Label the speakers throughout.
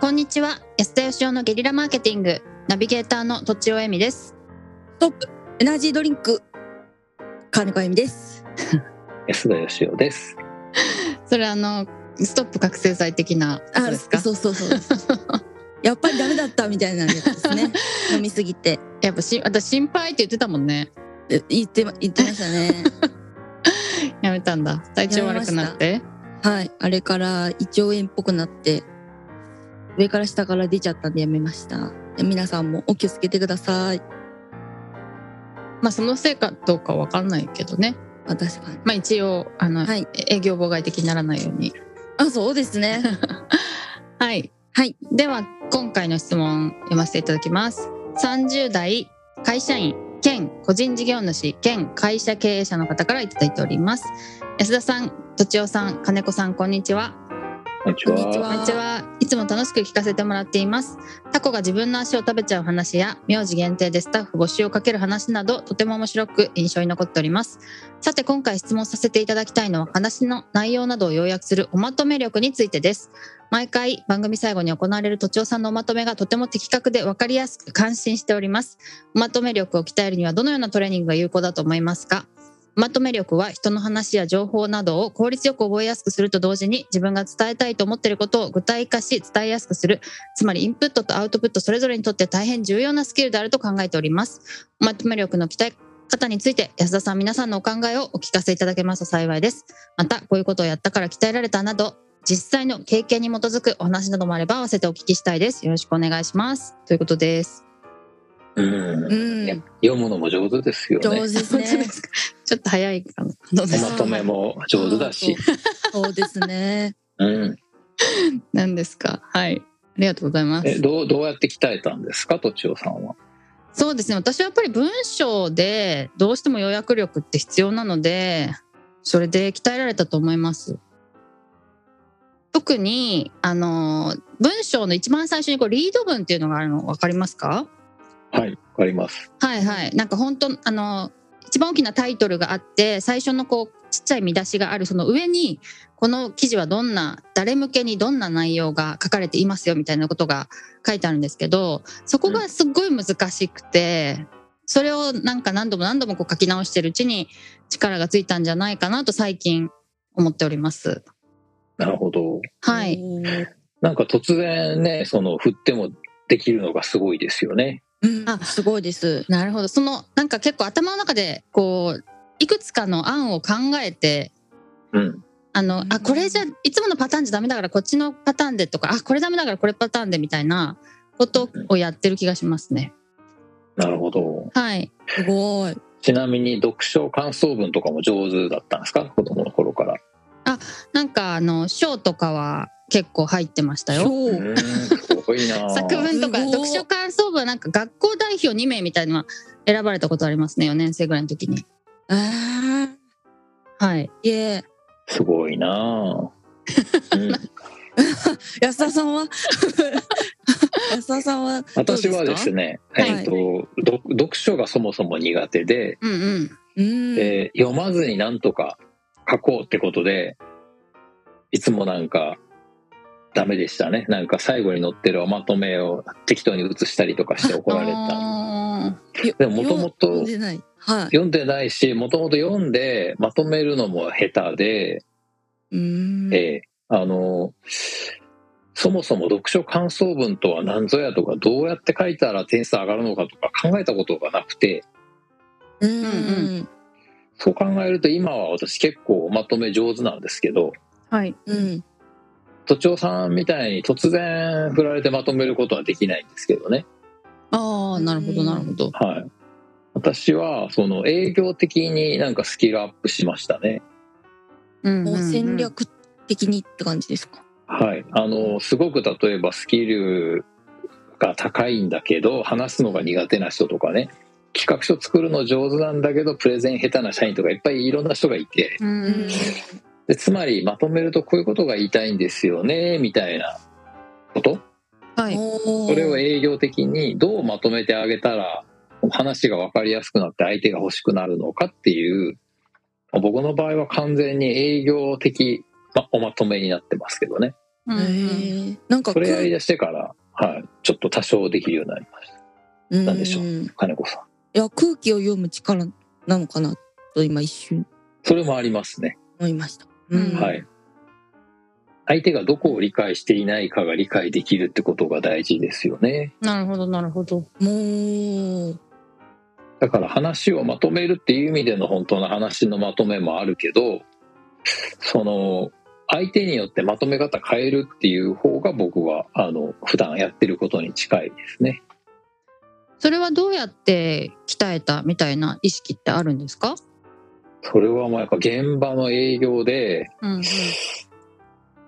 Speaker 1: こんにちは安田義雄のゲリラマーケティングナビゲーターのとちおえみです
Speaker 2: ストップエナジードリンク金子由美です
Speaker 3: 安田義雄です。
Speaker 1: それあのストップ覚醒剤的なことですか
Speaker 2: そうそうそうですやっぱりダメだったみたいなやつですね飲みすぎて
Speaker 1: やっぱし私心配って言ってたもんね
Speaker 2: え言ってま言ってましたね
Speaker 1: やめたんだ体調悪くなって
Speaker 2: はいあれから胃腸炎っぽくなって上から下から出ちゃったんでやめました皆さんもお気をつけてください
Speaker 1: まあそのせいかどうかわかんないけどね
Speaker 2: あ確かに
Speaker 1: まあ一応あの、
Speaker 2: はい
Speaker 1: 営業妨害的にならないように
Speaker 2: あそうですね
Speaker 1: はい、
Speaker 2: はい、
Speaker 1: では今回の質問読ませていただきます30代会社員兼個人事業主兼会社経営者の方からいただいております安田さん、とちおさん、金子さんこんにちは
Speaker 3: こんにち
Speaker 2: こんにちは
Speaker 3: は。
Speaker 1: こんにちはいつも楽しく聞かせてもらっていますタコが自分の足を食べちゃう話や名字限定でスタッフ募集をかける話などとても面白く印象に残っておりますさて今回質問させていただきたいのは話の内容などを要約するおまとめ力についてです毎回番組最後に行われる都庁さんのおまとめがとても的確で分かりやすく感心しておりますおまとめ力を鍛えるにはどのようなトレーニングが有効だと思いますかまとめ力は人の話や情報などを効率よく覚えやすくすると同時に自分が伝えたいと思っていることを具体化し伝えやすくするつまりインプットとアウトプットそれぞれにとって大変重要なスキルであると考えておりますまとめ力の鍛え方について安田さん皆さんのお考えをお聞かせいただけますと幸いですまたこういうことをやったから鍛えられたなど実際の経験に基づくお話などもあれば合わせてお聞きしたいですよろしくお願いしますということです
Speaker 3: うん
Speaker 2: う
Speaker 3: いや
Speaker 2: ん
Speaker 3: 読むのも上手ですよ
Speaker 2: 上手
Speaker 3: ね。
Speaker 2: です
Speaker 1: 本当
Speaker 2: ね
Speaker 1: ですか ちょっと早いかなどうで
Speaker 3: お
Speaker 1: す
Speaker 3: まとめも上手だし。
Speaker 2: そうそうですね
Speaker 3: うん。
Speaker 1: 何ですかはいありがとうございます
Speaker 3: え、どう、どうやって鍛えたんですか、とちおさんは。
Speaker 1: そうですね私はやっぱり文章でどうしても要約力って必要なのでそれで鍛えられたと思います特にあの文章の一番最初にこうリード文っていうのがあるの分かりますか
Speaker 3: はい、わかります。
Speaker 1: はいはいなんか本当あの一番大きなタイトルがあって最初のこうちっちゃい見出しがあるその上にこの記事はどんな誰向けにどんな内容が書かれていますよみたいなことが書いてあるんですけどそこがすっごい難しくてそれをなんか何度も何度もこう書き直してるうちに力がついたんじゃないかなと最近思っております。
Speaker 3: なるほど。
Speaker 1: はい、
Speaker 2: うん
Speaker 3: なんか突然ね、その振ってもできるのがすごいですよね。
Speaker 2: うん
Speaker 1: あ
Speaker 2: すごいです
Speaker 1: なるほどそのなんか結構頭の中でこういくつかの案を考えて
Speaker 3: うん。
Speaker 1: あの、
Speaker 2: うん
Speaker 1: あ、これじゃ、いつものパターンじゃダメだから、こっちのパターンでとか、あ、これダメだから、これパターンでみたいなことをやってる気がしますね。
Speaker 3: なるほど。
Speaker 1: はい。
Speaker 2: すごい
Speaker 3: ちなみに読書感想文とかも上手だったんですか、子供の頃から。
Speaker 1: なんか、あの、賞とかは結構入ってましたよ。
Speaker 3: う
Speaker 2: そ
Speaker 3: ーん、すご いな。
Speaker 1: 作文とか、
Speaker 2: すごい
Speaker 1: 読書感想文はなんか、学校代表2名みたいなのは選ばれたことありますね、4年生ぐらいの時に。
Speaker 2: あ
Speaker 1: はい。
Speaker 2: ーいえ
Speaker 3: すごいな。うん。
Speaker 2: 安田さん は安田さんはどう
Speaker 3: 私はです
Speaker 2: か
Speaker 3: ね、
Speaker 2: はい
Speaker 3: えっと読読書がそもそも苦手で、
Speaker 1: うんうん。
Speaker 2: うん
Speaker 3: えー読まずになんとか書こうってことでいつもなんかダメでしたねなんか最後に載ってるおまとめを適当に写したりとかして怒られた
Speaker 1: あ
Speaker 2: よ
Speaker 3: でも元々
Speaker 2: よ読んでないはい
Speaker 3: 読んでないしもともと読んでまとめるのも下手で、
Speaker 2: うーん
Speaker 3: えーあのそもそも読書感想文とは何ぞやとかどうやって書いたら点数上がるのかとか考えたことがなくて
Speaker 2: うん
Speaker 1: う
Speaker 2: うんん
Speaker 3: そう考えると今は私結構おまとめ上手なんですけど
Speaker 1: ーはい。
Speaker 2: うん
Speaker 3: 都庁さんみたいに突然振られてまとめることはできないんですけどね、
Speaker 1: ああ、なるほど、なるほど。
Speaker 3: はい、私はその営業的になんかスキルアップしましたね、
Speaker 1: うん
Speaker 2: もう戦
Speaker 1: うんうん
Speaker 2: 略的にって感じですか
Speaker 3: はい、あのすごく例えばスキルが高いんだけど話すのが苦手な人とかね企画書作るの上手なんだけどプレゼン下手な社員とかいっぱいいろんな人がいて
Speaker 1: うんうん。
Speaker 3: でつまりまとめるとこういうことが言いたいんですよねみたいなこと
Speaker 1: はい。
Speaker 2: そ
Speaker 3: それを営業的にどうまとめてあげたら話が分かりやすくなって相手が欲しくなるのかっていう僕の場合は完全に営業的まおまとめになってますけどね
Speaker 1: うんうん
Speaker 2: へえなんか
Speaker 3: それやりだしてから、はい、ちょっと多少できるようになりました
Speaker 2: な
Speaker 3: なんでしょう
Speaker 2: い
Speaker 3: 金子さん
Speaker 2: や空気を読む力なのかなと今一瞬
Speaker 3: それもありますね、
Speaker 2: 思いました。
Speaker 1: うん
Speaker 3: はい相手がどこを理解していないかが理解できるってことが大事ですよね
Speaker 1: なるほどなるほど。
Speaker 2: もう
Speaker 3: だから話をまとめるっていう意味での本当の話のまとめもあるけどその相手によってまとめ方変えるっていう方が僕はあの普段やってることに近いですね。
Speaker 1: それはどうやって鍛えたみたいな意識ってあるんですか？
Speaker 3: それはまあやっぱ現場の営業で
Speaker 1: うんうん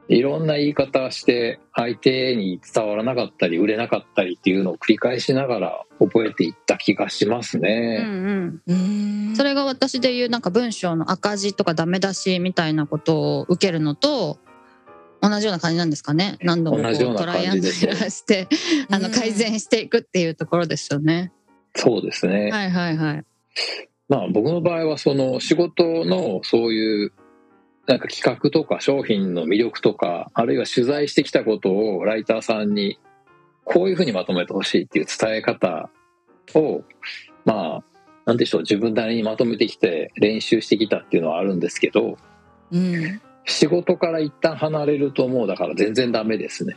Speaker 3: いろんな言い方して相手に伝わらなかったり売れなかったりっていうのを繰り返しながら覚えていった気がします
Speaker 1: う
Speaker 3: ね。
Speaker 1: んうん。
Speaker 2: うーん
Speaker 1: それが私で言うなんか文章の赤字とかダメ出しみたいなことを受けるのと同じような感じなんですかね。何度もこ
Speaker 3: 同
Speaker 1: う
Speaker 3: じような
Speaker 1: トライアンドエラーしてあの改善していくっていうところですよね。
Speaker 3: そうですね、
Speaker 1: はいはいはい。
Speaker 3: まあ僕の場合はその仕事のそういうなんか企画とか商品の魅力とかあるいは取材してきたことをライターさんにこういうふうにまとめてほしいっていう伝え方をまあなんでしょう自分なりにまとめてきて練習してきたっていうのはあるんですけど
Speaker 2: うん
Speaker 3: 仕事から一旦離れるともうだから全然ダメですね。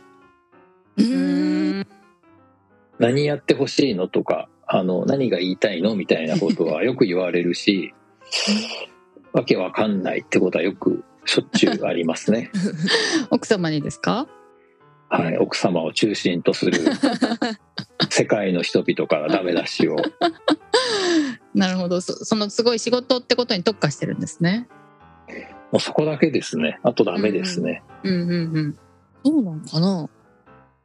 Speaker 2: う
Speaker 1: う
Speaker 2: ーん
Speaker 1: ん
Speaker 3: 何やってほしいのとかあの何が言いたいのみたいなことはよく言われるしわけわかんないってことはよくしょっちゅうありますね、
Speaker 1: 奥様にですか？
Speaker 3: はい、奥様を中心とする世界の人々からダメ出しを
Speaker 1: なるほど。そそのすごい仕事ってことに特化してるんですね。
Speaker 3: もうそこだけですねあとダメですね、
Speaker 1: うんうんうん。
Speaker 2: そうなのかな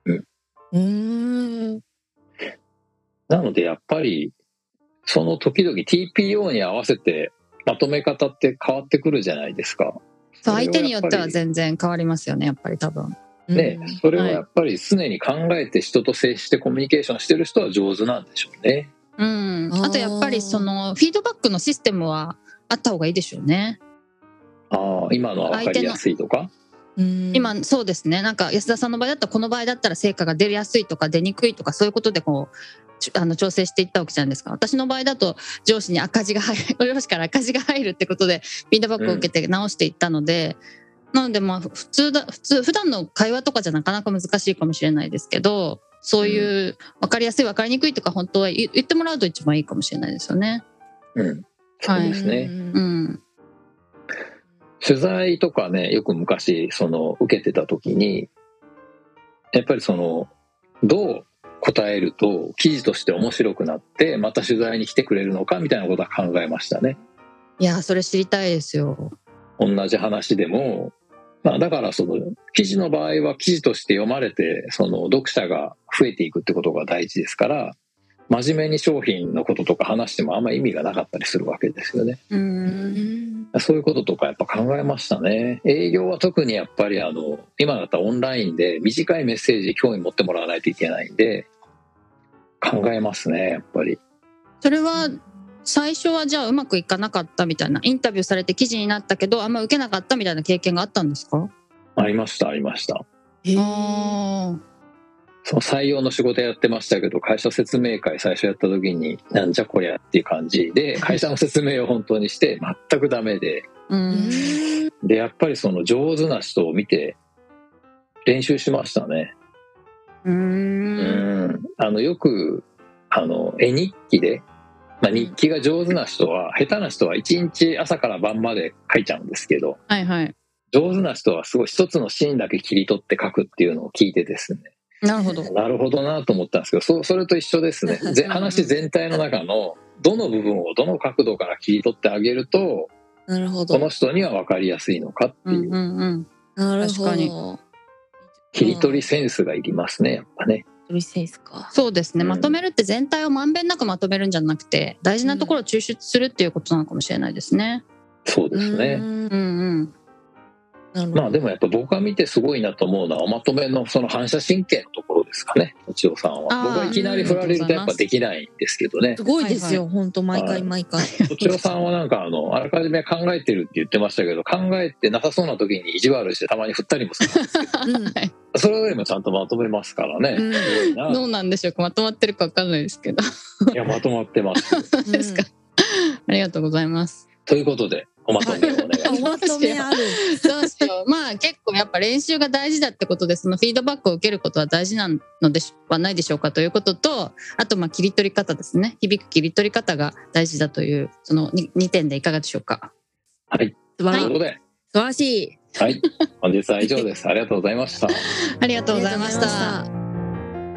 Speaker 3: うん
Speaker 2: うんう
Speaker 3: なのでやっぱりその時々 TPO に合わせてまとめ方って変わってくるじゃないですか
Speaker 1: そう
Speaker 3: それをやっぱり
Speaker 1: 相手によっては全然変わりますよね。やっぱり多分。
Speaker 2: ーん
Speaker 3: ね、それはやっぱり常に考えて人と接してコミュニケーションしてる人は上手なんでしょうね。
Speaker 1: うん、
Speaker 2: あー
Speaker 1: あとやっぱりそのフィードバックのシステムはあった方がいいでしょうね。
Speaker 3: ああ今のは分かりやすいとか
Speaker 2: うん
Speaker 1: 今そうですねなんか安田さんの場合だったらこの場合だったら成果が出やすいとか出にくいとかそういうことでこうちあの調整していったわけじゃないですか私の場合だと上司に赤字が入る上司から赤字が入るってことでフィードバックを受けて直していったので、なのでまあ普通だ普通普段の会話とかじゃなかなか難しいかもしれないですけどそういう分かりやすい分かりにくいとか本当は言言ってもらうと一番いいかもしれないですよね。
Speaker 3: うんそうですね、
Speaker 1: う
Speaker 2: ね
Speaker 1: ん、
Speaker 3: 取材とかねよく昔その受けてた時にやっぱりそのどう答えると記事として面白くなってまた取材に来てくれるのかみたいなことは考えましたね。
Speaker 1: いやそれ知りたいですよ。
Speaker 3: 同じ話でも、まあ、だからその記事の場合は記事として読まれてその読者が増えていくってことが大事ですから真面目に商品のこととか話してもあんま意味がなかったりするわけですよね
Speaker 1: うん
Speaker 3: そういうこととかやっぱ考えましたね営業は特にやっぱりあの今だったらオンラインで短いメッセージ興味持ってもらわないといけないんで考えますねやっぱり
Speaker 1: それは最初はじゃあうまくいかなかったみたいなインタビューされて記事になったけどあんま受けなかったみたいな経験があったんですか
Speaker 3: ありましたありました
Speaker 2: へー
Speaker 1: あー
Speaker 3: その採用の仕事やってましたけど会社説明会最初やった時になんじゃこりゃっていう感じで会社の説明を本当にして全くダメで
Speaker 1: うん
Speaker 3: でやっぱりその上手な人を見て練習しましたね
Speaker 1: う
Speaker 3: うんんあのよくあの絵日記で、まあ、日記が上手な人は下手な人は一日朝から晩まで書いちゃうんですけど
Speaker 1: はいはい
Speaker 3: 上手な人はすごい一つのシーンだけ切り取って書くっていうのを聞いてですね
Speaker 1: なるほど
Speaker 3: なるほどなと思ったんですけどそそれと一緒ですねぜ話全体の中のどの部分をどの角度から切り取ってあげると
Speaker 2: なるほど
Speaker 3: この人には分かりやすいのかって
Speaker 1: う
Speaker 3: い
Speaker 1: ん
Speaker 3: う、
Speaker 1: うんうん
Speaker 2: なる
Speaker 1: 確
Speaker 2: ほ
Speaker 1: か
Speaker 2: ど
Speaker 1: に
Speaker 3: 切り取りセンスがいりますねやっぱね
Speaker 2: 取りセンスか
Speaker 1: そうですね
Speaker 3: うん
Speaker 1: まとめるって全体をまんべんなくまとめるんじゃなくて大事なところを抽出するっていうことなのかもしれないですね
Speaker 3: そうですね、
Speaker 2: うーん
Speaker 1: うんうん
Speaker 2: なるほど
Speaker 3: まあでもやっぱ僕が見てすごいなと思うのはおまとめのその反射神経のところですかねお千代さんは
Speaker 1: あー
Speaker 3: 僕はいきなり振られるとやっぱできないんですけどね
Speaker 2: すごいですよ、本当毎
Speaker 3: はい
Speaker 2: 回毎回。
Speaker 3: お千代さんはなんかあのあらかじめ考えてるって言ってましたけど考えてなさそうな時に意地悪してたまに振ったりもする
Speaker 2: うん
Speaker 1: はい
Speaker 3: それよりもちゃんとまとめますからね、
Speaker 2: うん
Speaker 3: すごい な
Speaker 1: どうなんでしょうかまとまってるかわかんないですけど
Speaker 3: いやまとまってます
Speaker 1: そうですか、 ありがとうございます
Speaker 3: ということでおまとめをお願いし
Speaker 2: あ
Speaker 3: ま
Speaker 2: お
Speaker 3: す
Speaker 2: まとめある。
Speaker 1: どうしよう。まあ結構やっぱ練習が大事だってことで、そのフィードバックを受けることは大事なのでしはないでしょうかということと、あとまあ切り取り方ですね。響く切り取り方が大事だという、その 2, 点でいかがでしょうか。
Speaker 3: はい
Speaker 2: 素晴
Speaker 3: と
Speaker 2: ら
Speaker 3: い
Speaker 2: しい
Speaker 3: うことで
Speaker 2: 素晴らしい。
Speaker 3: はい本日は以上ですありがとうございました
Speaker 1: ありがとうございまし
Speaker 2: ありがとうございました
Speaker 1: た。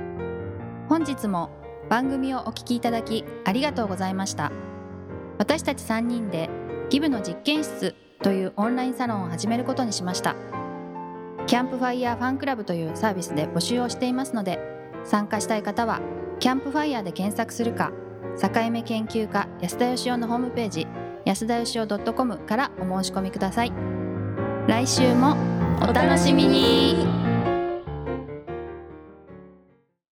Speaker 4: 本日も番組をお聞きいただきありがとうございました私たち3人でギブの実験室というオンラインサロンを始めることにしましたキャンプファイヤーファンクラブというサービスで募集をしていますので参加したい方はキャンプファイヤーで検索するか境目研究家安田義雄のホームページ安田義雄 .com からお申し込みください来週もお楽しみに